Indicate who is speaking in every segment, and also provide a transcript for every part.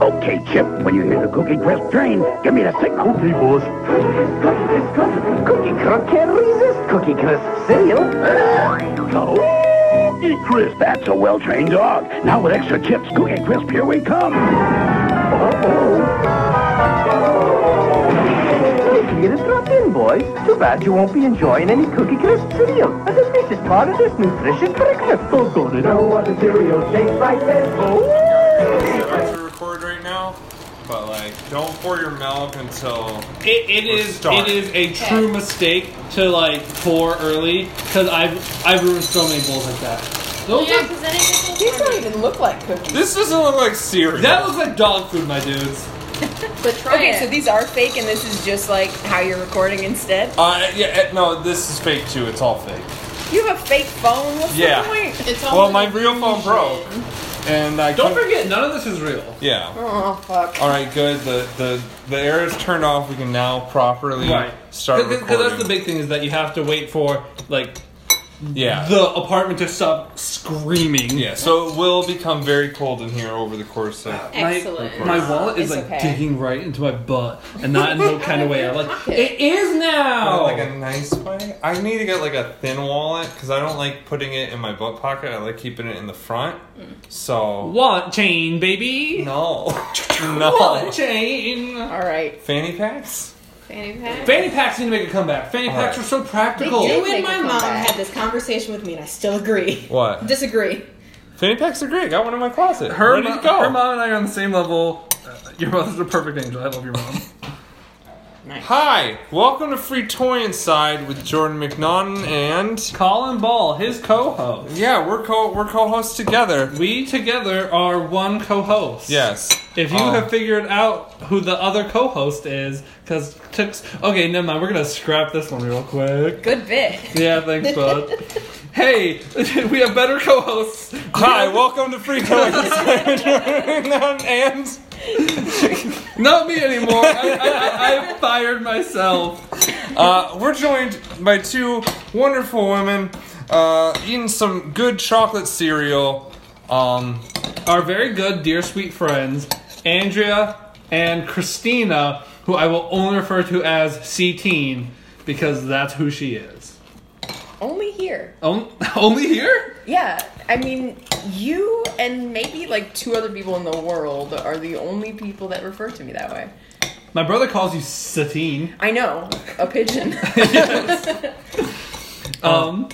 Speaker 1: Okay, Chip, when you hear the cookie crisp train, give me the signal.
Speaker 2: Okay, boss.
Speaker 1: Cookie crisp, cookie, cookie crisp can't resist cookie crisp cereal.
Speaker 2: Cookie crisp.
Speaker 1: That's a well-trained dog. Now with extra chips, cookie crisp, here we come.
Speaker 3: Hey, if you get a drop in, boys. Too bad you won't be enjoying any cookie crisp cereal. A delicious part of this nutritious breakfast.
Speaker 2: Don't go to
Speaker 3: No other cereal tastes like this.
Speaker 4: trying to record right now, but like, don't pour your milk until.
Speaker 5: It, it
Speaker 4: We're
Speaker 5: is
Speaker 4: starved.
Speaker 5: it is a true mistake to like pour early because I've I've ruined so many bowls like that. Those
Speaker 6: Yeah,
Speaker 5: are,
Speaker 6: because then it
Speaker 7: These
Speaker 6: gets
Speaker 7: don't
Speaker 6: warm.
Speaker 7: even look like cookies.
Speaker 4: This doesn't look like cereal.
Speaker 5: that looks like dog food, my dudes.
Speaker 6: But try
Speaker 7: Okay,
Speaker 6: it.
Speaker 7: so these are fake, and this is just like how you're recording instead.
Speaker 4: Uh, yeah, eh, no, this is fake too. It's all fake.
Speaker 7: You have a fake phone. What's
Speaker 4: Yeah.
Speaker 7: the point?
Speaker 6: It's all
Speaker 4: Well, my real phone broke, and I
Speaker 5: Don't
Speaker 4: couldn't-
Speaker 5: forget, none of this is real.
Speaker 4: Yeah.
Speaker 7: Oh fuck.
Speaker 4: All right, good. The the the air is turned off. We can now properly start
Speaker 5: Because
Speaker 4: recording.
Speaker 5: that's the big thing is that you have to wait for like
Speaker 4: yeah.
Speaker 5: the apartment to stop screaming.
Speaker 4: yeah, so it will become very cold in here over the course of.
Speaker 6: Excellent.
Speaker 5: My, my wallet is
Speaker 7: It's
Speaker 5: like
Speaker 7: okay.
Speaker 5: digging right into my butt, and not in no kind of way. I'm like, it is now.
Speaker 4: Like a nice way. I need to get like a thin wallet because I don't like putting it in my butt pocket. I like keeping it in the front. So
Speaker 5: wallet chain, baby.
Speaker 4: no,
Speaker 5: Wallet
Speaker 4: no
Speaker 5: chain.
Speaker 7: All right.
Speaker 4: fanny packs.
Speaker 6: fanny pack.
Speaker 5: Fanny packs need to make a comeback. Fanny
Speaker 4: Alright.
Speaker 5: packs are so
Speaker 7: They
Speaker 5: practical.
Speaker 7: do.
Speaker 6: You and
Speaker 7: Make
Speaker 6: my
Speaker 7: a
Speaker 6: mom
Speaker 7: comeback.
Speaker 6: had this conversation with me, and I still agree.
Speaker 4: What?
Speaker 6: Disagree.
Speaker 4: Fanny packs are great. Got one in my closet.
Speaker 5: Her,
Speaker 4: Ready to
Speaker 5: mo-
Speaker 4: go.
Speaker 5: her mom and I are on the same level. Uh, Your mother's a perfect angel. I love your mom.
Speaker 4: Hi, welcome to Free Toy Inside with Jordan McNaughton and
Speaker 5: Colin Ball, his co-host.
Speaker 4: yeah, we're co we're co-hosts together.
Speaker 5: We together are one co-host.
Speaker 4: Yes.
Speaker 5: If you
Speaker 4: Um,
Speaker 5: have figured out who the other co-host is, because Tix. Okay, never mind. We're gonna scrap this one real quick.
Speaker 7: Good bit.
Speaker 5: Yeah, thanks, bud. hey, we have better co-hosts.
Speaker 4: Hi, welcome to Free Toy Inside with Jordan McNaughton and
Speaker 5: Not me anymore. I, I, I, I fired myself.
Speaker 4: Uh, we're joined by two wonderful women uh, eating some good chocolate cereal. Um,
Speaker 5: our very good, dear sweet friends, Andrea and Christina, who I will only refer to as C Teen because that's who she is.
Speaker 7: Only here.
Speaker 5: On- only here?
Speaker 7: Yeah. I mean, you and maybe like two other people in the world are the only people that refer to me that way.
Speaker 5: My brother calls you Satine.
Speaker 7: I know. A pigeon.
Speaker 5: Um,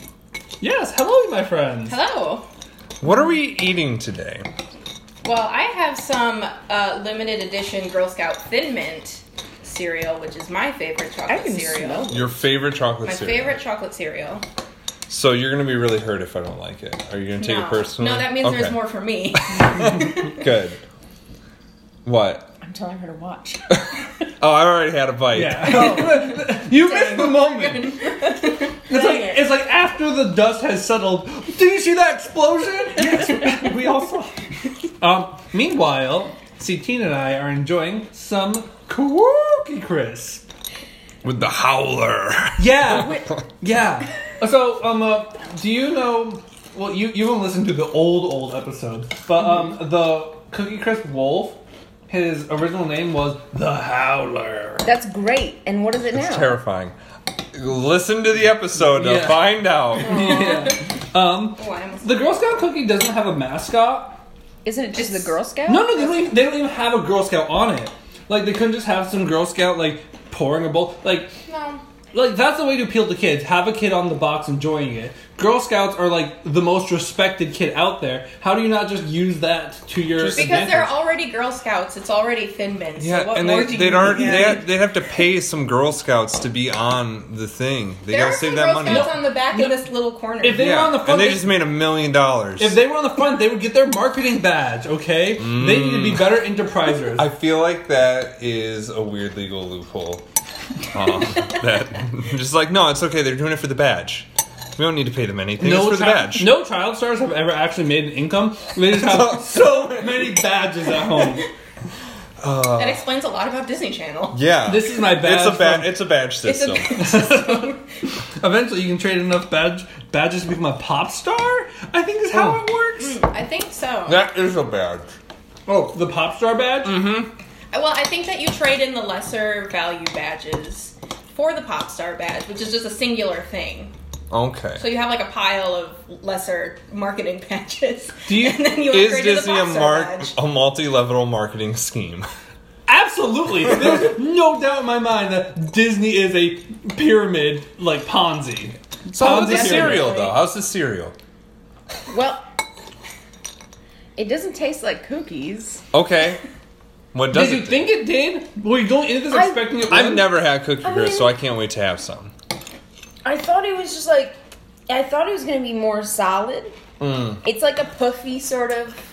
Speaker 5: yes, hello, my friends.
Speaker 6: Hello.
Speaker 4: what are we eating today?
Speaker 6: Oh, Well, I have some uh, limited edition Girl Scout Thin Mint cereal, which is my favorite chocolate
Speaker 7: I can
Speaker 6: cereal.
Speaker 7: smell.
Speaker 4: Your favorite chocolate
Speaker 6: My
Speaker 4: cereal.
Speaker 6: favorite chocolate cereal.
Speaker 4: So you're gonna be really hurt if I don't like it. Are you gonna take
Speaker 6: no.
Speaker 4: it personally?
Speaker 6: No, that means
Speaker 4: Okay,
Speaker 6: there's more for me.
Speaker 4: Good. What?
Speaker 7: I'm telling her to watch.
Speaker 4: Oh, I already had a bite.
Speaker 5: Yeah. you missed the moment. It's like,
Speaker 7: it.
Speaker 5: it's like after the dust has settled. Did you see that explosion? Yes, we all saw. it. Um, meanwhile, Satine and I are enjoying some cookie crisp.
Speaker 4: With the howler.
Speaker 5: Yeah, yeah. So, um, uh, do you know? Well, you you won't listen to the old old episode, but um, the cookie crisp wolf. His original name was the Howler.
Speaker 7: That's great. And what is it
Speaker 4: It's
Speaker 7: now?
Speaker 4: terrifying. Listen to the episode to
Speaker 5: Yeah.
Speaker 4: find out.
Speaker 5: Yeah. Um,
Speaker 6: oh, I almost
Speaker 5: The Girl Scout cookie doesn't have a mascot.
Speaker 7: Isn't it just the Girl Scout?
Speaker 5: No, no, they don't even, they don't even have a Girl Scout on it. Like they couldn't just have some Girl Scout like pouring a bowl. Like,
Speaker 6: no.
Speaker 5: like that's the way to appeal to kids. Have a kid on the box enjoying it. Girl Scouts are like the most respected kid out there. How do you not just use that to your
Speaker 4: Just-
Speaker 6: Because they're
Speaker 5: advantage?
Speaker 6: already Girl Scouts, it's already Thin Mint.
Speaker 4: Yeah,
Speaker 6: so what
Speaker 4: and
Speaker 6: more
Speaker 4: they,
Speaker 6: do you
Speaker 4: they'd
Speaker 6: need?
Speaker 4: already they had, they'd have to pay some Girl Scouts to be on the thing. They
Speaker 6: There are
Speaker 4: gotta
Speaker 6: some
Speaker 4: save that
Speaker 6: Girl
Speaker 4: money.
Speaker 6: Scouts on the back
Speaker 5: No.
Speaker 6: of this little corner.
Speaker 5: If they- were on the front,
Speaker 4: and they
Speaker 5: they-
Speaker 4: just made a million dollars.
Speaker 5: if they were on the front, they would get their marketing badge. Okay, they need to be better enterprisers.
Speaker 4: I feel like that is a weird legal loophole. Um, that just like no, it's okay. They're doing it for the badge. We don't need to pay them anything. it's for the
Speaker 5: chi-
Speaker 4: badge.
Speaker 5: no child stars have ever actually made an income. They just have so many badges at home.
Speaker 6: that explains a lot about Disney Channel.
Speaker 4: Yeah.
Speaker 5: This is my badge.
Speaker 4: It's a
Speaker 5: from-
Speaker 4: badge. It's a badge
Speaker 6: It's a
Speaker 4: system.
Speaker 5: Eventually, you can trade enough badge, badges
Speaker 4: Oh.
Speaker 5: to become a pop star. I think is how it works.
Speaker 6: I think so.
Speaker 4: that is a badge.
Speaker 5: Oh, the pop star badge.
Speaker 6: Well, I think that you trade in the lesser value badges for the pop star badge, which is just a singular thing.
Speaker 4: Okay.
Speaker 6: So you have like a pile of lesser marketing badges.
Speaker 5: Do you-
Speaker 6: and then you
Speaker 4: Is
Speaker 6: upgrade to the
Speaker 4: Disney a
Speaker 6: pop star
Speaker 4: mark
Speaker 6: badge.
Speaker 4: a multi-level marketing scheme?
Speaker 5: Absolutely, there's no doubt in my mind that Disney is a pyramid like Ponzi.
Speaker 4: So
Speaker 6: Oh,
Speaker 4: how's the
Speaker 5: Ponzi
Speaker 4: cereal though? How's the cereal?
Speaker 7: Well, it doesn't taste like cookies.
Speaker 4: Okay. What does
Speaker 5: Did you
Speaker 4: it?
Speaker 5: think it did? Were you going into this
Speaker 7: I-
Speaker 5: expecting it?
Speaker 4: I've
Speaker 5: would?
Speaker 4: never had cookie
Speaker 7: I
Speaker 4: crisp, so I
Speaker 7: mean-
Speaker 4: can't wait to have some.
Speaker 7: I thought it was just like I thought it was gonna be more solid.
Speaker 5: Mm.
Speaker 7: It's like a puffy sort of.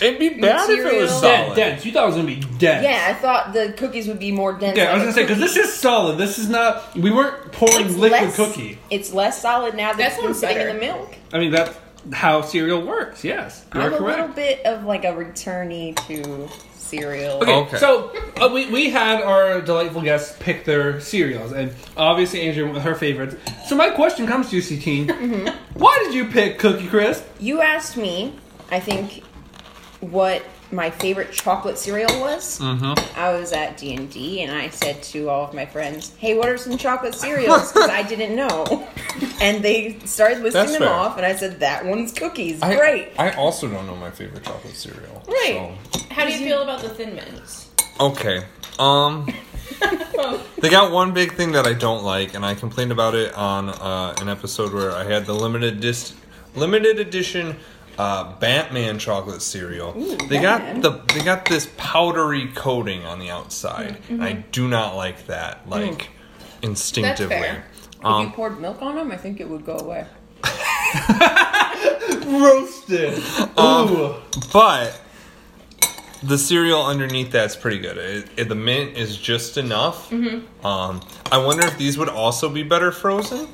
Speaker 4: It'd be bad if it was
Speaker 7: Material.
Speaker 5: Dead,
Speaker 4: solid.
Speaker 5: dense. You thought it was gonna be dense.
Speaker 7: Yeah, I thought the cookies would be more dense.
Speaker 5: Yeah, I was
Speaker 7: like
Speaker 5: gonna
Speaker 7: a
Speaker 5: say because
Speaker 7: cookie.
Speaker 5: this is solid. This is not. We weren't pouring
Speaker 7: It's
Speaker 5: liquid
Speaker 7: less-
Speaker 5: cookie.
Speaker 7: It's less solid now that
Speaker 6: That
Speaker 7: it's been
Speaker 6: sounds
Speaker 7: sitting
Speaker 6: better.
Speaker 7: in the milk.
Speaker 5: I mean that's how cereal works. Yes, you
Speaker 7: I'm
Speaker 5: are
Speaker 7: a little
Speaker 5: correct.
Speaker 7: bit of like a returnee to cereal.
Speaker 5: Okay,
Speaker 4: Okay.
Speaker 5: so uh, we, we had our delightful guests pick their cereals, and obviously Andrea went with her favorites. So my question comes to you, Satine.
Speaker 7: Mm-hmm.
Speaker 5: Why did you pick Cookie Crisp?
Speaker 7: You asked me, I think, what my favorite chocolate cereal was. Mm-hmm. I was at D and D, and I said to all of my friends, "Hey, what are some chocolate cereals?" Because I didn't know, and they started listing
Speaker 4: That's
Speaker 7: them
Speaker 4: fair.
Speaker 7: off, and I said, "That one's cookies,
Speaker 4: I,
Speaker 7: great."
Speaker 4: I also don't know my favorite chocolate cereal.
Speaker 7: Right.
Speaker 6: How do you feel about the Thin Mints?
Speaker 4: so- Okay. Um. They got one big thing that I don't like, and I complained about it on uh, an episode where I had the limited dis- limited edition uh, Batman chocolate cereal. they
Speaker 7: Batman.
Speaker 4: got the they got this powdery coating on the outside, and I do not like that. Like instinctively,
Speaker 6: fair.
Speaker 4: Um,
Speaker 7: if you poured milk on them, I think it would go away.
Speaker 5: Roasted. Ooh.
Speaker 4: but the cereal underneath that's pretty good. It, it- the mint is just enough.
Speaker 7: Mm-hmm.
Speaker 4: Um, I wonder if these would also be better frozen.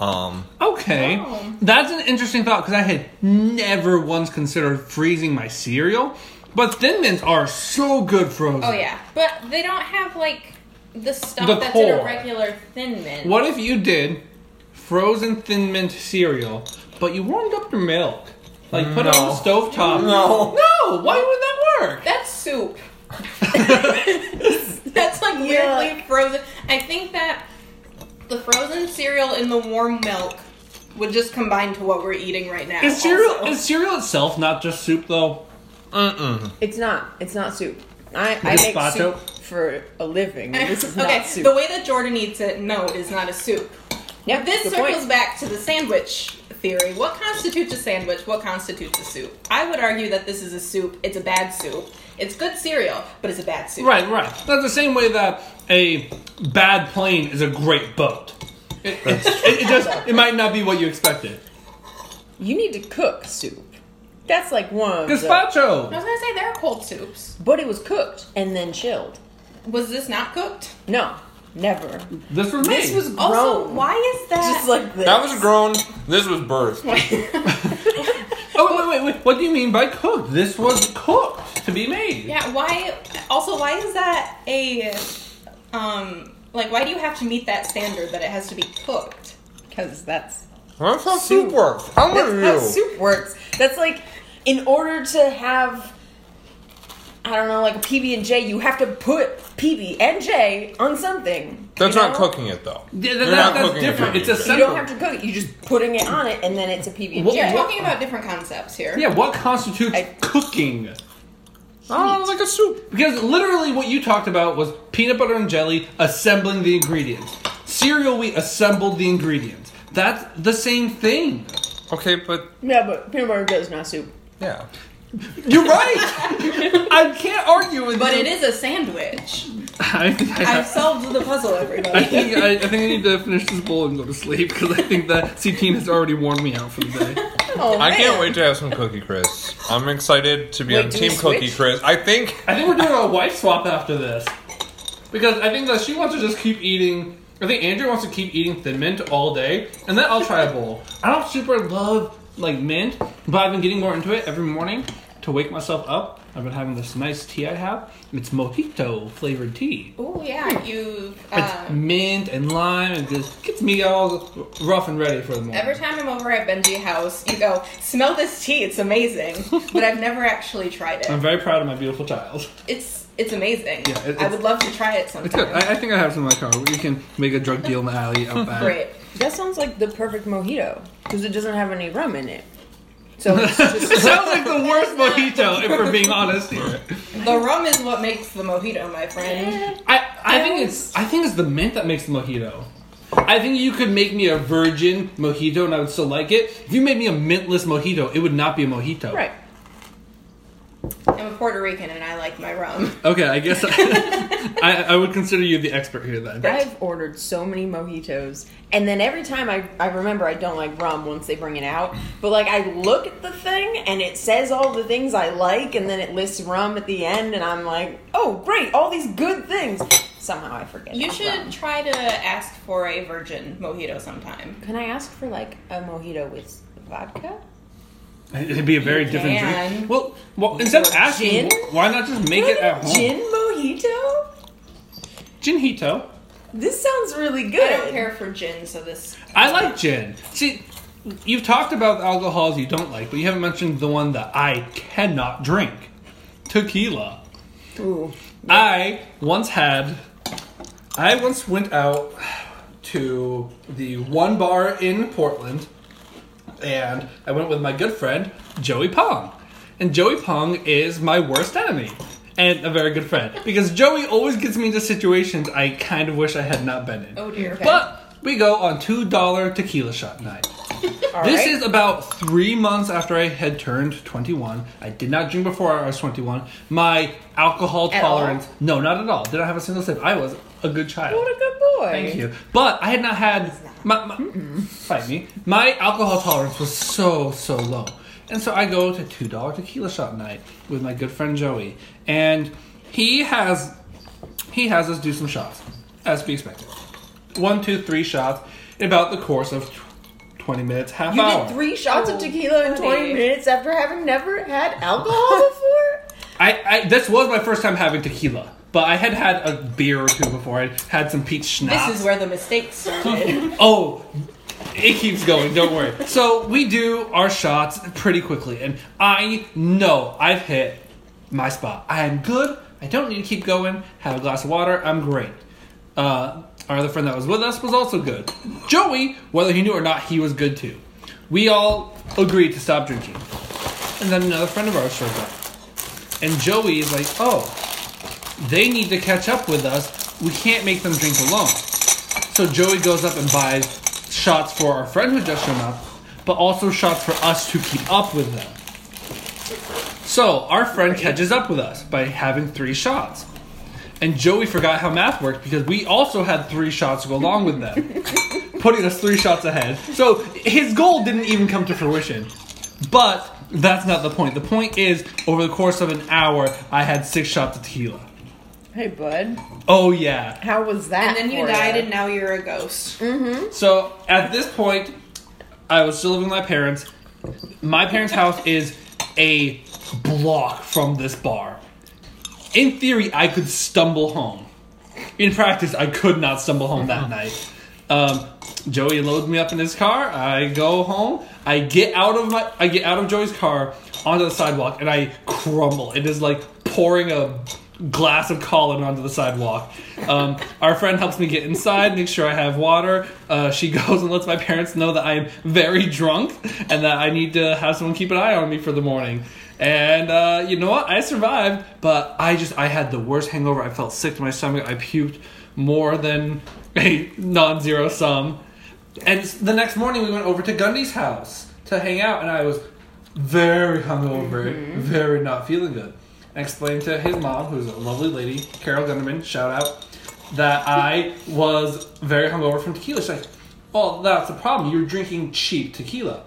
Speaker 4: Um,
Speaker 5: Okay,
Speaker 6: Wow.
Speaker 5: that's an interesting thought because I had never once considered freezing my cereal, but Thin Mints are so good frozen.
Speaker 6: Oh yeah, but they don't have like the stuff
Speaker 5: The
Speaker 6: that's in
Speaker 5: core.
Speaker 6: a regular Thin Mint.
Speaker 5: What if you did frozen Thin Mint cereal, but you warmed up your milk, like put it on the stove top?
Speaker 4: No.
Speaker 5: no. Why would that work?
Speaker 6: That's soup. That's like weirdly frozen. I think that the frozen cereal in the warm milk would just combine to what we're eating right now.
Speaker 5: Is cereal
Speaker 6: also.
Speaker 5: is cereal itself not just soup though?
Speaker 7: It's not. It's not soup. I, I make
Speaker 5: Gazpacho?
Speaker 7: soup for a living. and This is
Speaker 6: okay,
Speaker 7: not soup.
Speaker 6: the way that Jordan eats it, no, it is not a soup.
Speaker 7: yeah,
Speaker 6: This
Speaker 7: good
Speaker 6: circles
Speaker 7: point.
Speaker 6: back to the sandwich theory. What constitutes a sandwich? What constitutes a soup? I would argue that this is a soup. It's a bad soup. It's good cereal, but it's a bad soup.
Speaker 5: Right, right. That's the same way that a bad plane is a great boat. It, it, it- it just it might not be what you expected.
Speaker 7: You need to cook soup. That's like one. Of the-
Speaker 6: I
Speaker 5: Gazpacho.
Speaker 6: was gonna say there are cold soups.
Speaker 7: but it was cooked and then chilled.
Speaker 6: Was this not cooked?
Speaker 7: No, never.
Speaker 5: This was me.
Speaker 7: This was grown.
Speaker 6: Also, why is that?
Speaker 7: just like this.
Speaker 4: that was grown. This was birth.
Speaker 5: Oh wait, wait, wait. What do you mean by cooked? This was cooked to be made.
Speaker 6: Yeah, why also why is that a um like why do you have to meet that standard that it has to be cooked?
Speaker 7: because that's
Speaker 4: That's how soup works. How
Speaker 7: that's
Speaker 4: are
Speaker 7: how
Speaker 4: you?
Speaker 7: soup works. That's like in order to have. I don't know, like a PB and J, you have to put PB and J on something.
Speaker 4: That's
Speaker 7: you
Speaker 4: not
Speaker 7: know?
Speaker 4: cooking it though. You're
Speaker 5: Yeah, that- that-
Speaker 4: not
Speaker 5: that's
Speaker 4: cooking it
Speaker 5: different.
Speaker 4: for
Speaker 5: It's a
Speaker 4: me.
Speaker 7: You
Speaker 5: simple-
Speaker 7: don't have to cook it. You're just putting it on it, and then it's a PB and
Speaker 5: What-
Speaker 6: We're
Speaker 7: J.
Speaker 6: talking about different concepts here.
Speaker 5: Yeah, what constitutes
Speaker 7: I-
Speaker 5: cooking?
Speaker 4: Oh, like a soup.
Speaker 5: Because literally what you talked about was peanut butter and jelly assembling the ingredients. Cereal we assembled the ingredients. That's the same thing.
Speaker 4: Okay, but
Speaker 7: Yeah, but peanut butter and J is not soup.
Speaker 4: yeah.
Speaker 5: You're right. I can't argue with
Speaker 6: But
Speaker 5: you.
Speaker 6: it is a sandwich.
Speaker 5: I, I,
Speaker 6: I've solved the puzzle,
Speaker 5: I
Speaker 6: everybody.
Speaker 5: think I, I think I need to finish this bowl and go to sleep because I think that CT has already worn me out for the day.
Speaker 7: Oh,
Speaker 4: I can't
Speaker 7: man.
Speaker 4: wait to have some cookie crisp. I'm excited to be
Speaker 7: Wait,
Speaker 4: on
Speaker 7: do we
Speaker 4: Team Cookie
Speaker 7: switch?
Speaker 4: Crisp. I think
Speaker 5: I think we're doing a wife swap after this because I think that she wants to just keep eating. I think Andrew wants to keep eating thin mint all day, and then I'll try a bowl. I don't super love like mint, but I've been getting more into it every morning to wake myself up, I've been having this nice tea I have. It's mojito flavored tea.
Speaker 6: Oh yeah, you.
Speaker 5: It's
Speaker 6: Um,
Speaker 5: mint and lime and just gets me all rough and ready for the morning.
Speaker 6: every time I'm over at Benji's house, you go smell this tea. It's amazing, but I've never actually tried
Speaker 5: I'm
Speaker 6: it.
Speaker 5: very proud of my beautiful child.
Speaker 6: It's it's amazing.
Speaker 5: Um, Yeah, it-
Speaker 6: I
Speaker 5: it's-
Speaker 6: would love to try it sometime.
Speaker 5: It's good. I, I think I have some in my car. We can make a drug deal in the alley out back.
Speaker 6: Great.
Speaker 7: That sounds like the perfect mojito because it doesn't have any rum in it. So it's
Speaker 5: It
Speaker 7: just
Speaker 5: sounds like the worst mojito, if we're being honest here.
Speaker 6: The rum is what makes the mojito, my friend.
Speaker 5: I, I think it's I think it's the mint that makes the mojito. I think you could make me a virgin mojito and I would still like it. If you made me a mintless mojito, it would not be a mojito.
Speaker 7: right.
Speaker 6: I'm a Puerto Rican and I like my rum.
Speaker 5: Okay, I guess I, I, I would consider you the expert here then.
Speaker 7: I've ordered so many mojitos, and then every time I, I remember I don't like rum once they bring it out. But like I look at the thing and it says all the things I like, and then it lists rum at the end, and I'm like, oh great, all these good things. Somehow I forget.
Speaker 6: You
Speaker 7: about
Speaker 6: should
Speaker 7: rum.
Speaker 6: try to ask for a virgin mojito sometime.
Speaker 7: Can I ask for like a mojito with vodka?
Speaker 5: It'd be a very different
Speaker 6: can.
Speaker 5: drink. Well, well instead of asking,
Speaker 7: Gin?
Speaker 5: why not just make it at home?
Speaker 7: Gin mojito.
Speaker 5: Ginhito.
Speaker 7: This sounds really good.
Speaker 6: I don't care for gin, so this.
Speaker 5: I like gin. See, you've talked about alcohols you don't like, but you haven't mentioned the one that I cannot drink tequila.
Speaker 7: Ooh.
Speaker 5: I once had. I once went out to the one bar in Portland, and I went with my good friend Joey Pong. And Joey Pong is my worst enemy and a very good friend because Joey always gets me into situations I kind of wish I had not been in.
Speaker 6: Oh dear.
Speaker 5: But we go on two dollar tequila shot night. this
Speaker 7: right.
Speaker 5: is about three months after I had turned twenty one. I did not drink before I was twenty one. My alcohol
Speaker 7: At all?
Speaker 5: tolerance, no, not at all. Did not have a single sip. I was a good child.
Speaker 7: What a good boy.
Speaker 5: Thank you. But I had not had my, my fight me. My alcohol tolerance was so so low, and so I go to two dollar tequila shot night with my good friend Joey, and he has he has us do some shots, as we expected. One, two, three shots in about the course of tw- twenty minutes, half
Speaker 7: You
Speaker 5: hour.
Speaker 7: did three shots of tequila in 20
Speaker 6: Oh, honey.
Speaker 7: minutes after having never had alcohol before?
Speaker 5: I, I this was my first time having tequila, but I had had a beer or two before. I had some peach schnapps.
Speaker 6: This is where the mistakes started.
Speaker 5: Oh, it keeps going. Don't worry. So we do our shots pretty quickly, and I know I've hit my spot. I am good. I don't need to keep going. Have a glass of water. I'm great. Uh, our other friend that was with us was also good. Joey, whether he knew or not, he was good too. We all agreed to stop drinking, and then another friend of ours shows up, and Joey is like, "Oh, they need to catch up with us. We can't make them drink alone." So Joey goes up and buys shots for our friend who just shown up, but also shots for us to keep up with them. So our friend catches up with us by having three shots. And Joey forgot how math worked because we also had three shots to go along with them, putting us three shots ahead. So his goal didn't even come to fruition. But that's not the point. The point is, over the course of an hour, I had six shots of tequila.
Speaker 7: Hey, bud.
Speaker 5: Oh, ya.
Speaker 7: How was that?
Speaker 6: and then you
Speaker 7: for
Speaker 6: died,
Speaker 7: ya?
Speaker 6: and now you're a ghost.
Speaker 5: So at this point, I was still living with my parents. My parents' house is a block from this bar. In theory, I could stumble home. In practice, I could not stumble home that night. Um, Joey loads me up in his car. I go home. I get out of my. I get out of Joey's car onto the sidewalk, and I crumble. It is like pouring a glass of Colin onto the sidewalk. Um, our friend helps me get inside, makes sure I have water. Uh, she goes and lets my parents know that I am very drunk and that I need to have someone keep an eye on me for the morning. And uh, you know what? I survived, but I just I had the worst hangover. I felt sick to my stomach. I puked more than a non-zero sum. And s- the next morning, we went over to Gundy's house to hang out, and I was very hungover, very not feeling good. I explained to his mom, who's a lovely lady, Carol Gunderman, shout out, that I was very hungover from tequila. She's like, "Well, that's the problem. You're drinking cheap tequila."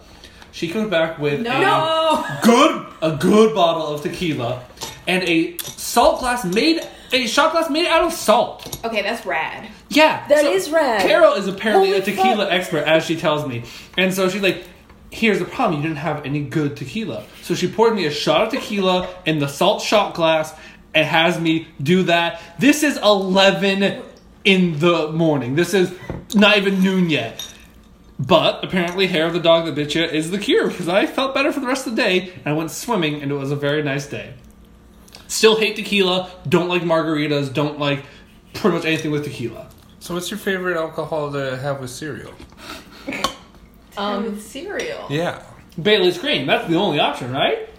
Speaker 5: She comes back with a-
Speaker 6: No.
Speaker 5: good a good bottle of tequila and a salt glass made a shot glass made out of salt.
Speaker 6: Okay, that's rad.
Speaker 5: Yeah,
Speaker 7: That
Speaker 5: that is
Speaker 7: is rad.
Speaker 5: Carol is apparently
Speaker 7: Holy
Speaker 5: a tequila
Speaker 7: fuck.
Speaker 5: expert, as she tells me, and so she's like, here's the problem you didn't have any good tequila. So she poured me a shot of tequila in the salt shot glass and has me do that. This is 11 in the morning. This is not even noon yet. But apparently, hair of the dog that bit you is the cure because I felt better for the rest of the day and I went swimming and it was a very nice day. Still hate tequila, don't like margaritas, don't like pretty much anything with tequila.
Speaker 4: So, what's your favorite alcohol to have with cereal?
Speaker 6: Um, cereal.
Speaker 4: Yeah.
Speaker 5: Bailey's cream, that's the only option, right?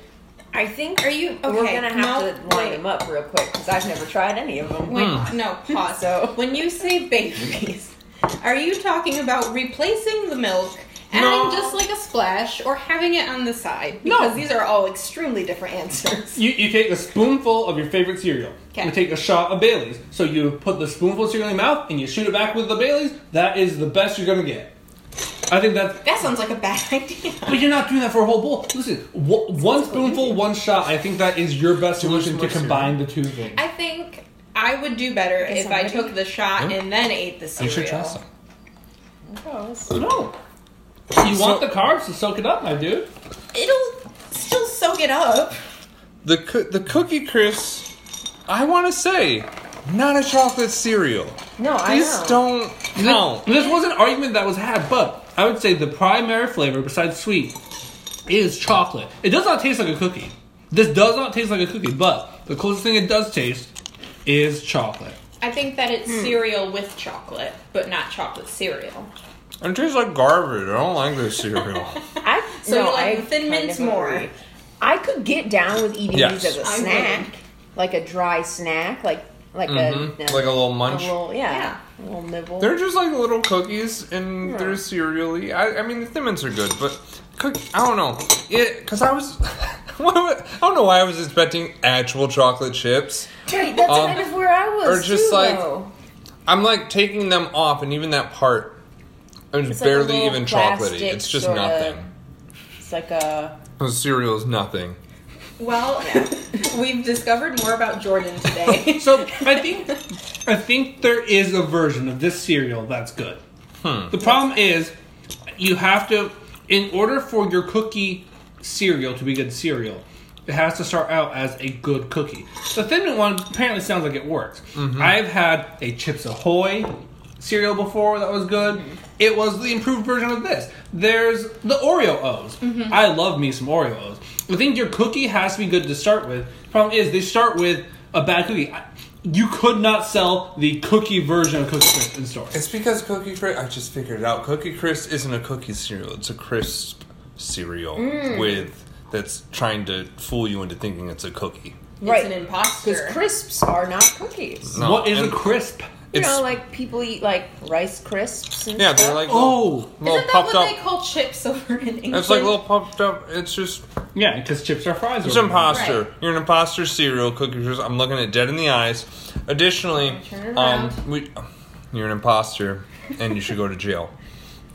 Speaker 7: I think
Speaker 6: Are you okay?
Speaker 7: we're gonna have
Speaker 6: no,
Speaker 7: to line
Speaker 6: wait.
Speaker 7: them up real quick because I've never tried any of them.
Speaker 6: Wait, no, pause.
Speaker 7: So-
Speaker 6: when you say babies, are you talking about replacing the milk, adding just like a splash, or having it on the side?
Speaker 5: No.
Speaker 6: Because these are all extremely different answers.
Speaker 5: You, you take a spoonful of your favorite cereal.
Speaker 6: Okay.
Speaker 5: You take a shot of Bailey's. So you put the spoonful of cereal in your mouth and you shoot it back with the Bailey's. That is the best you're gonna get. I think that's.
Speaker 6: That sounds like a bad idea.
Speaker 5: But you're not doing that for a whole bowl. Listen, wha- one spoonful, one shot. I think that is your best solution to
Speaker 4: more cereal.
Speaker 5: combine the two things.
Speaker 6: I think I would do better
Speaker 7: guess
Speaker 6: if
Speaker 7: I'm
Speaker 6: I
Speaker 7: ready.
Speaker 6: took the shot and then ate the
Speaker 4: You
Speaker 6: cereal.
Speaker 4: should try some.
Speaker 5: No. You want the carbs to soak it up, my dude.
Speaker 6: It'll still soak it up.
Speaker 4: The coo- the cookie crisp, I want to say, not a chocolate cereal.
Speaker 7: No, I
Speaker 4: These
Speaker 7: know.
Speaker 4: don't count.
Speaker 5: This was an argument that was had, but I would say the primary flavor, besides sweet, is chocolate. It does not taste like a cookie. This does not taste like a cookie, but the closest thing it does taste is chocolate.
Speaker 6: I think that it's cereal with chocolate, but not chocolate cereal.
Speaker 4: It tastes like garbage. I don't like this cereal.
Speaker 7: I
Speaker 6: So
Speaker 7: no,
Speaker 6: you like
Speaker 7: I
Speaker 6: the Thin
Speaker 7: kind
Speaker 6: Mints
Speaker 7: of
Speaker 6: more.
Speaker 7: agree. I could get down with eating
Speaker 4: Yes.
Speaker 7: these as a
Speaker 6: I
Speaker 7: snack, like a dry snack, like like
Speaker 4: Mhm.
Speaker 7: a,
Speaker 4: Like a little munch.
Speaker 7: little yeah,
Speaker 6: Yeah.
Speaker 7: a little nibble.
Speaker 4: They're just like little cookies, and they're cereally. I, I mean, the Thin Mints are good, but cook. I don't know it because I was. what am I I don't know why I was expecting actual chocolate chips.
Speaker 7: Right, that's
Speaker 4: um,
Speaker 7: kind of where I was.
Speaker 4: or just
Speaker 7: too,
Speaker 4: like-
Speaker 7: though.
Speaker 4: I'm like taking them off, and even that part is
Speaker 7: It's like a
Speaker 4: barely
Speaker 7: little
Speaker 4: even
Speaker 7: plastic
Speaker 4: chocolatey. It's just
Speaker 7: sorta-
Speaker 4: nothing.
Speaker 7: it's like uh, a
Speaker 4: The cereal is nothing.
Speaker 6: Well, we've discovered more about Jordan today.
Speaker 5: So I think I think there is a version of this cereal that's good. The problem is you have to in order for your cookie cereal to be good cereal, it has to start out as a good cookie. The thin mint one apparently sounds like it works. I've had a Chips Ahoy cereal before that was good. It was the improved version of this. There's the Oreo O's. I love me some Oreo O's. I think your cookie has to be good to start with. Problem is they start with a bad cookie. I- You could not sell the cookie version of Cookie Crisp in stores.
Speaker 4: It's because Cookie Crisp. I just figured it out. Cookie Crisp isn't a cookie cereal. It's a crisp cereal
Speaker 6: Mm.
Speaker 4: with that's trying to fool you into thinking it's a cookie.
Speaker 7: right.
Speaker 6: It's an
Speaker 7: because
Speaker 6: imposter.
Speaker 7: crisps are not cookies.
Speaker 4: No,
Speaker 5: what is
Speaker 4: and
Speaker 5: a crisp?
Speaker 7: You
Speaker 4: It's
Speaker 7: know, like people eat like rice crisps and
Speaker 4: yeah,
Speaker 7: stuff.
Speaker 4: they're like
Speaker 5: Oh,
Speaker 4: little,
Speaker 6: Isn't
Speaker 4: little
Speaker 6: that what
Speaker 4: puffed up.
Speaker 6: they call chips over in England?
Speaker 4: It's like little puffed up. It's just
Speaker 5: yeah, because chips are fries.
Speaker 4: it's
Speaker 5: over there.
Speaker 4: imposter.
Speaker 6: Right.
Speaker 4: You're an imposter cereal cookie crisp. I'm looking at dead in the eyes. Additionally,
Speaker 6: Turn
Speaker 4: um,
Speaker 6: it around.
Speaker 4: we, you're an imposter and you should go to jail.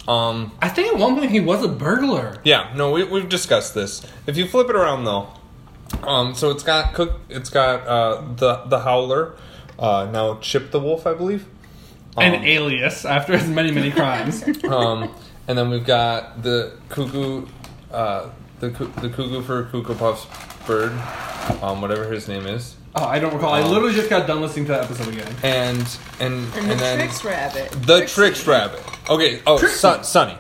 Speaker 4: Um,
Speaker 5: I think at one point he was a burglar.
Speaker 4: Yeah, no, we, we've discussed this. If you flip it around though, um, so it's got cook, it's got uh, the the Howler, uh, now Chip the Wolf, I believe,
Speaker 5: An alias after his many many crimes.
Speaker 4: um, and then we've got the cuckoo, uh, the coo- the cuckoo for cuckoo puffs bird, um, whatever his name is,
Speaker 5: oh, I don't recall. I literally just got done listening to that episode again.
Speaker 4: and and and,
Speaker 7: And the
Speaker 4: then
Speaker 7: Trix rabbit.
Speaker 4: the Trix Rabbit. Okay, oh,
Speaker 5: Trixie.
Speaker 4: Sun, Sunny.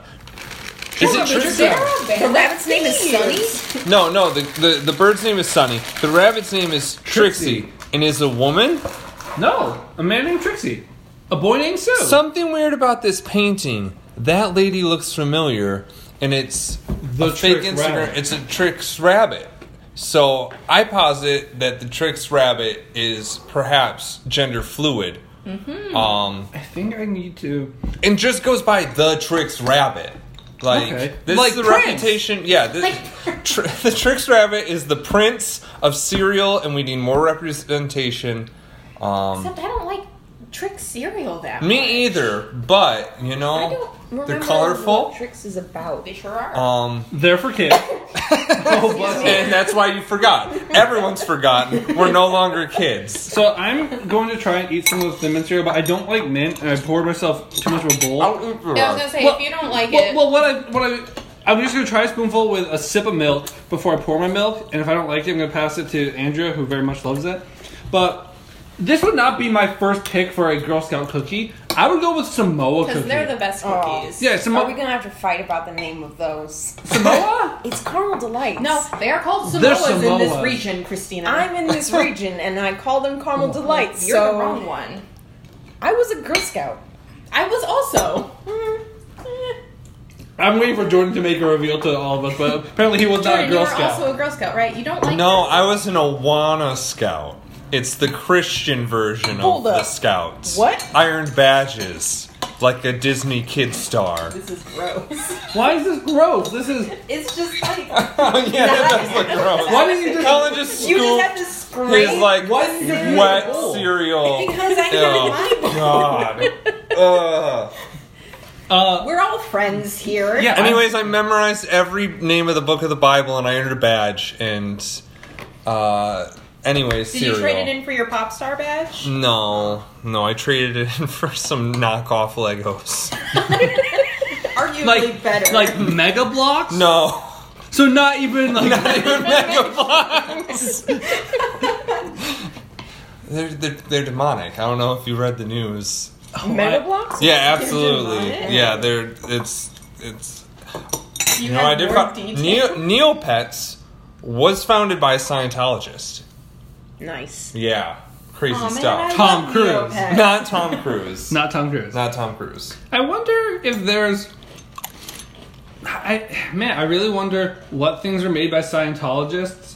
Speaker 4: Is it Trix Rabbit?
Speaker 7: The rabbit's name is Sunny.
Speaker 4: No, no. The, the the bird's name is Sunny. The rabbit's name is Trixie,
Speaker 5: Trixie.
Speaker 4: and is a woman.
Speaker 5: No, a man named Trixie, a boy named Sue.
Speaker 4: Something weird about this painting. That lady looks familiar, and it's
Speaker 5: The
Speaker 4: a fake
Speaker 5: Trix
Speaker 4: Instagram.
Speaker 5: rabbit.
Speaker 4: It's a Trix rabbit. So I posit that the Trix rabbit is perhaps gender fluid, um,
Speaker 5: I think I need to.
Speaker 4: and just goes by the Trix rabbit. Like
Speaker 5: Okay.
Speaker 4: this
Speaker 5: Like
Speaker 4: is the
Speaker 5: Prince.
Speaker 4: reputation. Yeah, the, tr- the Trix rabbit is the prince of cereal, and we need more representation. Um,
Speaker 6: Except I don't like trick cereal that much.
Speaker 4: Me either, but you
Speaker 7: I
Speaker 4: know,
Speaker 7: don't
Speaker 4: they're
Speaker 7: remember
Speaker 4: colorful.
Speaker 7: what Trix is about.
Speaker 6: They sure are.
Speaker 4: Um,
Speaker 5: There for kids. oh, bless you.
Speaker 4: and that's why you forgot. Everyone's forgotten. We're no longer kids.
Speaker 5: So I'm going to try and eat some of the thin mint cereal, but I don't like mint, and I poured myself too much of a bowl.
Speaker 4: I'll eat the
Speaker 6: Yeah, I
Speaker 4: rest.
Speaker 6: was gonna say
Speaker 5: Well-
Speaker 6: if you don't like
Speaker 5: Well,
Speaker 6: it,
Speaker 5: well, what I what I I'm just gonna try a spoonful with a sip of milk before I pour my milk, and if I don't like it, I'm gonna pass it to Andrea, who very much loves it. But this would not be my first pick for a Girl Scout cookie. I would go with Samoa
Speaker 6: Because
Speaker 5: cookie.
Speaker 6: they're the best
Speaker 7: Aw.
Speaker 6: cookies.
Speaker 5: yeah,
Speaker 7: Are we
Speaker 5: Samoa.
Speaker 7: gonna have to fight about the name of those?
Speaker 5: Samoa.
Speaker 7: It's Carl Delights.
Speaker 6: No, they are called
Speaker 5: They're
Speaker 6: Samoas in this
Speaker 5: Samoas.
Speaker 6: region, Christina.
Speaker 7: I'm in this region and I call them caramel delights.
Speaker 6: You're
Speaker 7: so
Speaker 6: the wrong one.
Speaker 7: I was a Girl Scout.
Speaker 6: I was also.
Speaker 5: I'm waiting for Jordan to make a reveal to all of us, but apparently he was not a
Speaker 6: Jordan, you
Speaker 5: Girl
Speaker 6: were
Speaker 5: Scout.
Speaker 6: also a Girl Scout, right? You don't like
Speaker 4: No,
Speaker 6: that?
Speaker 4: I was an Awana Scout. It's the Christian version of
Speaker 7: Hold
Speaker 4: the
Speaker 7: up.
Speaker 4: Scouts.
Speaker 7: What?
Speaker 4: Iron badges, like a Disney kid star.
Speaker 6: This is gross.
Speaker 5: Why is this gross? This is.
Speaker 6: it's just like.
Speaker 4: oh yeah, that does look gross.
Speaker 5: Why did you just?
Speaker 4: Colin just
Speaker 7: You just
Speaker 4: scooped
Speaker 7: have to
Speaker 4: his
Speaker 7: scrape.
Speaker 4: like
Speaker 5: Why did you use the
Speaker 4: wet
Speaker 5: bowl?
Speaker 4: cereal.
Speaker 7: because I
Speaker 4: Oh God. Ugh.
Speaker 5: Uh,
Speaker 7: We're all friends here.
Speaker 5: yeah.
Speaker 4: Anyways, I memorized every name of the book of the Bible, and I earned a badge. And uh, anyways,
Speaker 6: Did
Speaker 4: cereal.
Speaker 6: you trade it in for your pop star badge?
Speaker 4: No, no, I traded it in for some knockoff Legos.
Speaker 6: Arguably
Speaker 5: like
Speaker 6: better.
Speaker 5: like mega blocks.
Speaker 4: No,
Speaker 5: So not even like.
Speaker 4: not even Mega Blocks. they're, they're they're demonic. I don't know if you read the news.
Speaker 7: Mega blocks?
Speaker 4: Yeah, absolutely.
Speaker 6: demonic?
Speaker 4: yeah, they're it's it's.
Speaker 6: you
Speaker 4: You know,
Speaker 6: had
Speaker 4: I did.
Speaker 6: more
Speaker 4: Find,
Speaker 6: detail.
Speaker 4: Neo, Neopets was founded by a Scientologist.
Speaker 7: Nice.
Speaker 4: Yeah, crazy
Speaker 6: Aw, man,
Speaker 4: stuff.
Speaker 6: I
Speaker 5: Tom
Speaker 6: love
Speaker 5: Cruise.
Speaker 6: Neopets.
Speaker 4: Not Tom Cruise.
Speaker 5: Not Tom Cruise.
Speaker 4: Not Tom Cruise.
Speaker 5: I wonder if there's. I man, I really wonder what things are made by Scientologists,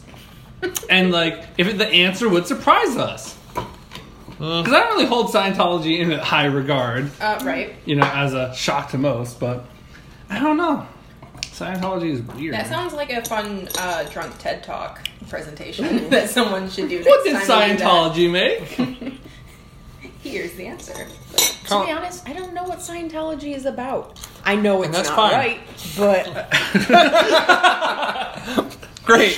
Speaker 5: and like if the answer would surprise us. Because I don't really hold Scientology in high regard,
Speaker 6: Uh, right.
Speaker 5: you know, as a shock to most. But I don't know. Scientology is weird.
Speaker 6: That sounds like a fun uh, drunk TED Talk presentation that someone should do. Next
Speaker 5: what did
Speaker 6: time we do that.
Speaker 5: Scientology make?
Speaker 6: Here's the answer.
Speaker 7: To be honest, I don't know what Scientology is about. I know it's
Speaker 4: that's
Speaker 7: not
Speaker 4: fine.
Speaker 7: right, but
Speaker 4: Great.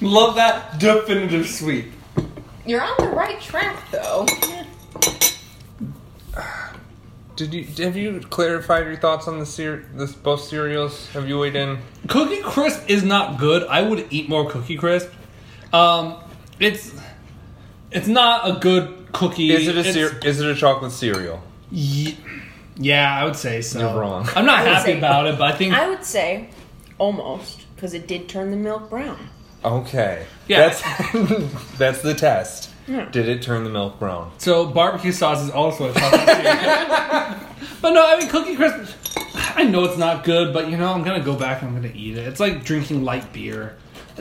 Speaker 5: Love that definitive sweep.
Speaker 6: You're on the right track, though.
Speaker 4: Did you have you clarified your thoughts on the cer- this both cereals? Have you weighed in?
Speaker 5: Cookie Crisp is not good. I would eat more Cookie Crisp. Um, it's it's not a good cookie.
Speaker 4: Is it a
Speaker 5: It's-
Speaker 4: cer- is it a chocolate cereal?
Speaker 5: Ye- yeah, I would say so.
Speaker 4: You're wrong.
Speaker 5: I'm not
Speaker 7: I would
Speaker 5: happy
Speaker 7: say-
Speaker 5: about it, but I think
Speaker 7: I would say almost because it did turn the milk brown.
Speaker 4: Okay.
Speaker 5: Yeah.
Speaker 4: That's that's the test. Did it turn the milk brown?
Speaker 5: so. Barbecue sauce is also a chocolate cereal. but no, I mean Cookie Crisp. I know it's not good, but you know I'm gonna go back and I'm gonna eat it. It's like drinking light beer.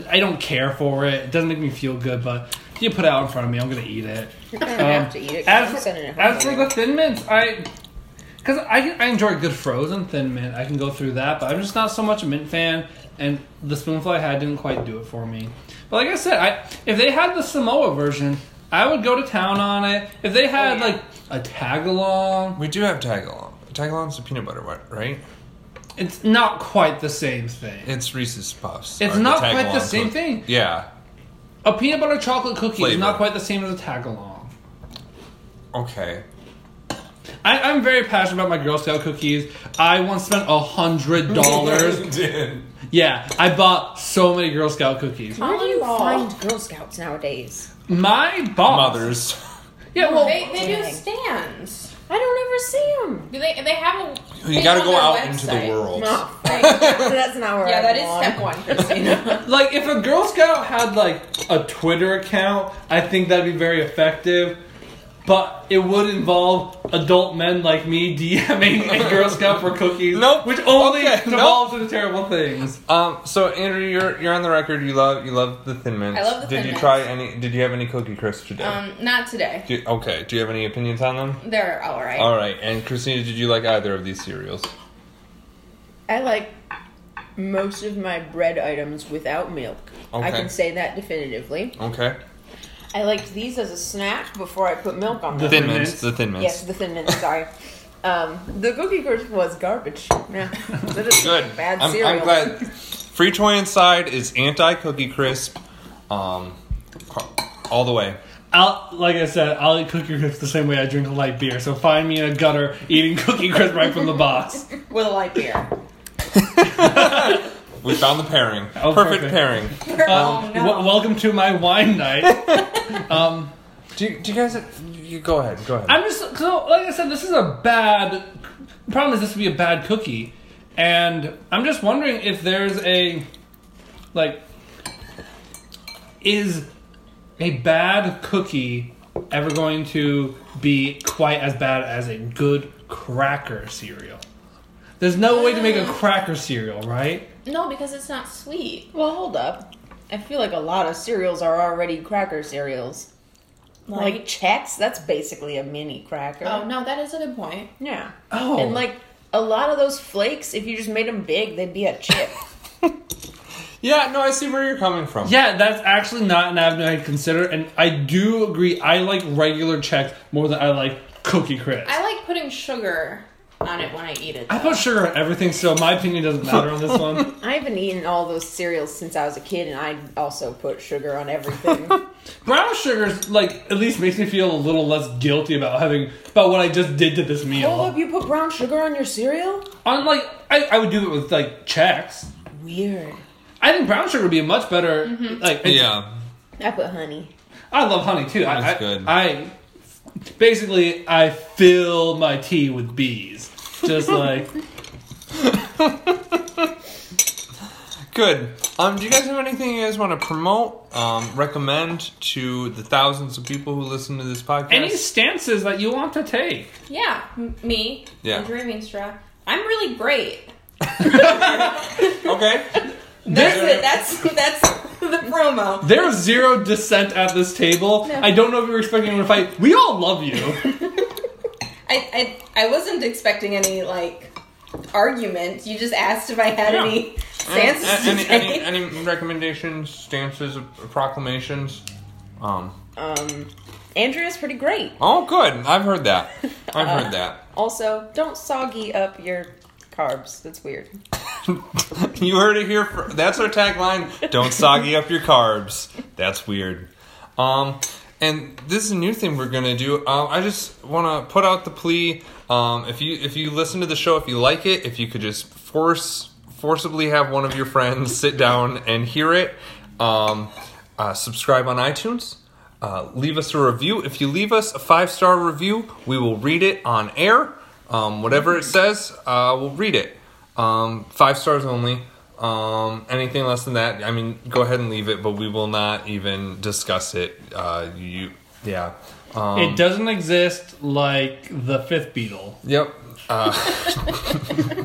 Speaker 5: I don't care for it. It doesn't make me feel good, but if you put it out in front of me, I'm gonna eat it.
Speaker 7: You're gonna
Speaker 5: Um,
Speaker 7: have to eat it. 'cause I'm
Speaker 5: As,
Speaker 7: sending it home
Speaker 5: as for
Speaker 7: later.
Speaker 5: the thin mints, I because I can- I enjoy a good frozen thin mint. I can go through that, but I'm just not so much a mint fan. And the spoonful I had didn't quite do it for me. But like I said, I if they had the Samoa version, I would go to town on it. If they had
Speaker 4: Oh,
Speaker 6: yeah.
Speaker 5: like a tag along,
Speaker 4: We do have tagalong. Tagalong's a peanut butter one, right?
Speaker 5: it's not quite the same thing.
Speaker 4: It's Reese's Puffs.
Speaker 5: It's
Speaker 4: are
Speaker 5: not quite the
Speaker 4: Tagalong
Speaker 5: same thing.
Speaker 4: Yeah.
Speaker 5: A peanut butter chocolate cookie is
Speaker 4: Flavor.
Speaker 5: not quite the same as a tag along.
Speaker 4: Okay.
Speaker 5: I, I'm very passionate about my Girl Scout cookies. I once spent a hundred dollars
Speaker 4: Did.
Speaker 5: Yeah, I bought so many Girl Scout cookies.
Speaker 7: Where do you
Speaker 6: Unlaw.
Speaker 7: find Girl Scouts nowadays?
Speaker 5: My boss.
Speaker 4: Mothers.
Speaker 5: Yeah, well,
Speaker 6: they, they do
Speaker 7: dang.
Speaker 6: stands.
Speaker 7: I don't ever see them.
Speaker 6: Do they? They have a.
Speaker 4: You
Speaker 6: page
Speaker 4: gotta
Speaker 6: on
Speaker 4: go
Speaker 6: their
Speaker 4: out
Speaker 6: website.
Speaker 4: into the world.
Speaker 7: No,
Speaker 6: Right.
Speaker 7: that's not where.
Speaker 6: Yeah,
Speaker 7: I
Speaker 6: that is
Speaker 7: belong.
Speaker 6: step one, Christina.
Speaker 5: like if a Girl Scout had like a Twitter account, I think that'd be very effective. But it would involve adult men like me DMing a Girl Scout for cookies.
Speaker 4: Nope.
Speaker 5: Which only
Speaker 4: Okay,
Speaker 5: devolves into terrible things.
Speaker 4: Um. So Andrew, you're you're on the record. You love you love the Thin Mints.
Speaker 6: I love the
Speaker 4: Did
Speaker 6: Thin
Speaker 4: you
Speaker 6: Mints.
Speaker 4: try any? Did you have any cookie crisp today?
Speaker 6: um, not today.
Speaker 4: Do- okay. Do you have any opinions on them?
Speaker 6: They're all right.
Speaker 4: All right. And Christina, did you like either of these cereals?
Speaker 7: I like most of my bread items without milk. I
Speaker 4: Okay.
Speaker 7: can say that definitively.
Speaker 4: Okay.
Speaker 7: I liked these as a snack before I put milk on
Speaker 4: The
Speaker 7: them.
Speaker 4: Thin
Speaker 5: Thin
Speaker 4: Mints.
Speaker 5: Mints.
Speaker 4: The Thin Mints.
Speaker 7: yes, the thin mints. Sorry. Um, the cookie crisp was garbage. Yeah, that is
Speaker 4: Good.
Speaker 7: Bad
Speaker 4: I'm,
Speaker 7: cereal.
Speaker 4: I'm glad. Free toy inside is anti cookie crisp. Um, ca- all the way.
Speaker 5: I'll, like I said, I'll eat cookie crisps the same way I drink a light beer. So find me in a gutter eating cookie crisp right from the box.
Speaker 6: With a light beer.
Speaker 4: We found the pairing.
Speaker 5: Oh,
Speaker 4: perfect,
Speaker 5: perfect.
Speaker 4: pairing.
Speaker 6: oh no.
Speaker 5: W- welcome to my wine night. um,
Speaker 4: Do you, do you guys? You go ahead. Go ahead.
Speaker 5: I'm just so like I said, this is a bad. Problem is, this would be a bad cookie, and I'm just wondering if there's a, like, is a bad cookie ever going to be quite as bad as a good cracker cereal? There's no way to make a cracker cereal, right?
Speaker 6: no, because it's not sweet.
Speaker 7: Well, hold up. I feel like a lot of cereals are already cracker cereals. Like,
Speaker 6: Like-
Speaker 7: Chex, that's basically a mini cracker.
Speaker 6: Oh no, that is a good point.
Speaker 7: Yeah.
Speaker 5: Oh.
Speaker 7: And like a lot of those flakes, if you just made them big, they'd be a chip.
Speaker 4: yeah. No, I see where you're coming from.
Speaker 5: Yeah, that's actually not an avenue I'd consider, and I do agree. I like regular checks more than I like cookie crisp.
Speaker 6: I like putting sugar on it when I eat it.
Speaker 5: I put sugar on everything, so my opinion doesn't matter on this one.
Speaker 7: I haven't eaten all those cereals since I was a kid, and I also put sugar on everything.
Speaker 5: Brown sugar's like at least makes me feel a little less guilty about having about what I just did to this
Speaker 7: hold
Speaker 5: meal.
Speaker 7: up, you put brown sugar on your cereal?
Speaker 5: On like I, I would do it with like checks.
Speaker 7: Weird.
Speaker 5: I think brown sugar would be a much better like it's-
Speaker 4: Yeah.
Speaker 7: I put honey.
Speaker 5: I love honey too. I,
Speaker 4: Honey's
Speaker 5: I,
Speaker 4: good.
Speaker 5: I basically I fill my tea with bees. Just like
Speaker 4: Good. Um, do you guys have anything you guys want to promote, um, recommend to the thousands of people who listen to this podcast?
Speaker 5: any stances that you want to take.
Speaker 6: yeah, m- me.
Speaker 4: Yeah.
Speaker 6: Andrea Veenstra. I'm really great.
Speaker 4: okay.
Speaker 6: That's it. That's that's the promo.
Speaker 5: There's zero dissent at this table.
Speaker 6: No.
Speaker 5: I don't know if you're expecting anyone to fight. We all love you.
Speaker 6: I, I I wasn't expecting any like argument. You just asked if I had
Speaker 4: Yeah.
Speaker 6: any
Speaker 4: A-
Speaker 6: stances
Speaker 4: any,
Speaker 6: to
Speaker 4: any,
Speaker 6: take.
Speaker 4: any recommendations, stances, proclamations? Um.
Speaker 7: Um, Andrea's pretty great.
Speaker 4: Oh, good. I've heard that. I've heard that.
Speaker 7: Also, don't soggy up your carbs. That's weird.
Speaker 4: You heard it here. fir- that's our tagline. Don't soggy up your carbs. That's weird. Um, and this is a new thing we're gonna do. Um, I just want to put out the plea. Um, if you if you listen to the show, if you like it, if you could just force forcibly have one of your friends sit down and hear it. Um, uh, subscribe on iTunes. Uh, leave us a review. If you leave us a five star review, we will read it on air. Um, whatever it says, uh, we'll read it. Um, five stars only. Um, anything less than that, I mean, go ahead and leave it, but we will not even discuss it. Uh, you, yeah. Um,
Speaker 5: it doesn't exist like the fifth beetle.
Speaker 4: yep. Uh,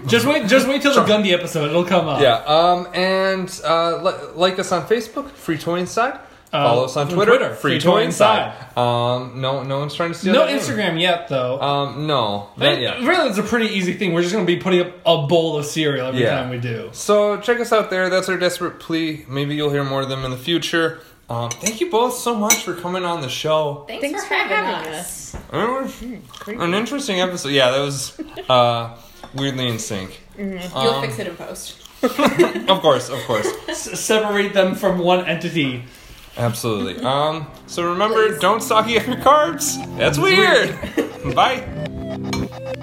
Speaker 5: Just wait. Just wait till the Gundy episode. It'll come up.
Speaker 4: yeah. Um, and uh, li- like us on Facebook, Free Toy Inside. Follow us on
Speaker 5: Uh, on
Speaker 4: Twitter,
Speaker 5: Twitter,
Speaker 4: Free,
Speaker 5: Free
Speaker 4: Toy
Speaker 5: Toy
Speaker 4: Inside. Um, no, no one's trying to steal.
Speaker 5: No
Speaker 4: that name.
Speaker 5: Instagram yet, though.
Speaker 4: Um, no,
Speaker 5: But
Speaker 4: not yet.
Speaker 5: Really, it's a pretty easy thing. We're just gonna be putting up a bowl of cereal every
Speaker 4: Yeah.
Speaker 5: time we do.
Speaker 4: So check us out there. That's our desperate plea. Maybe you'll hear more of them in the future. Um, thank you both so much for coming on the show.
Speaker 6: Thanks,
Speaker 7: Thanks
Speaker 6: for,
Speaker 7: for
Speaker 6: having,
Speaker 7: having
Speaker 6: us.
Speaker 4: It was an interesting episode. Yeah, that was uh, weirdly in sync.
Speaker 6: You'll
Speaker 4: Um,
Speaker 6: fix it in post.
Speaker 4: Of course, of course,
Speaker 5: S- separate them from one entity.
Speaker 4: absolutely. Um, so remember, don't soggy up your cards. That's weird. Bye.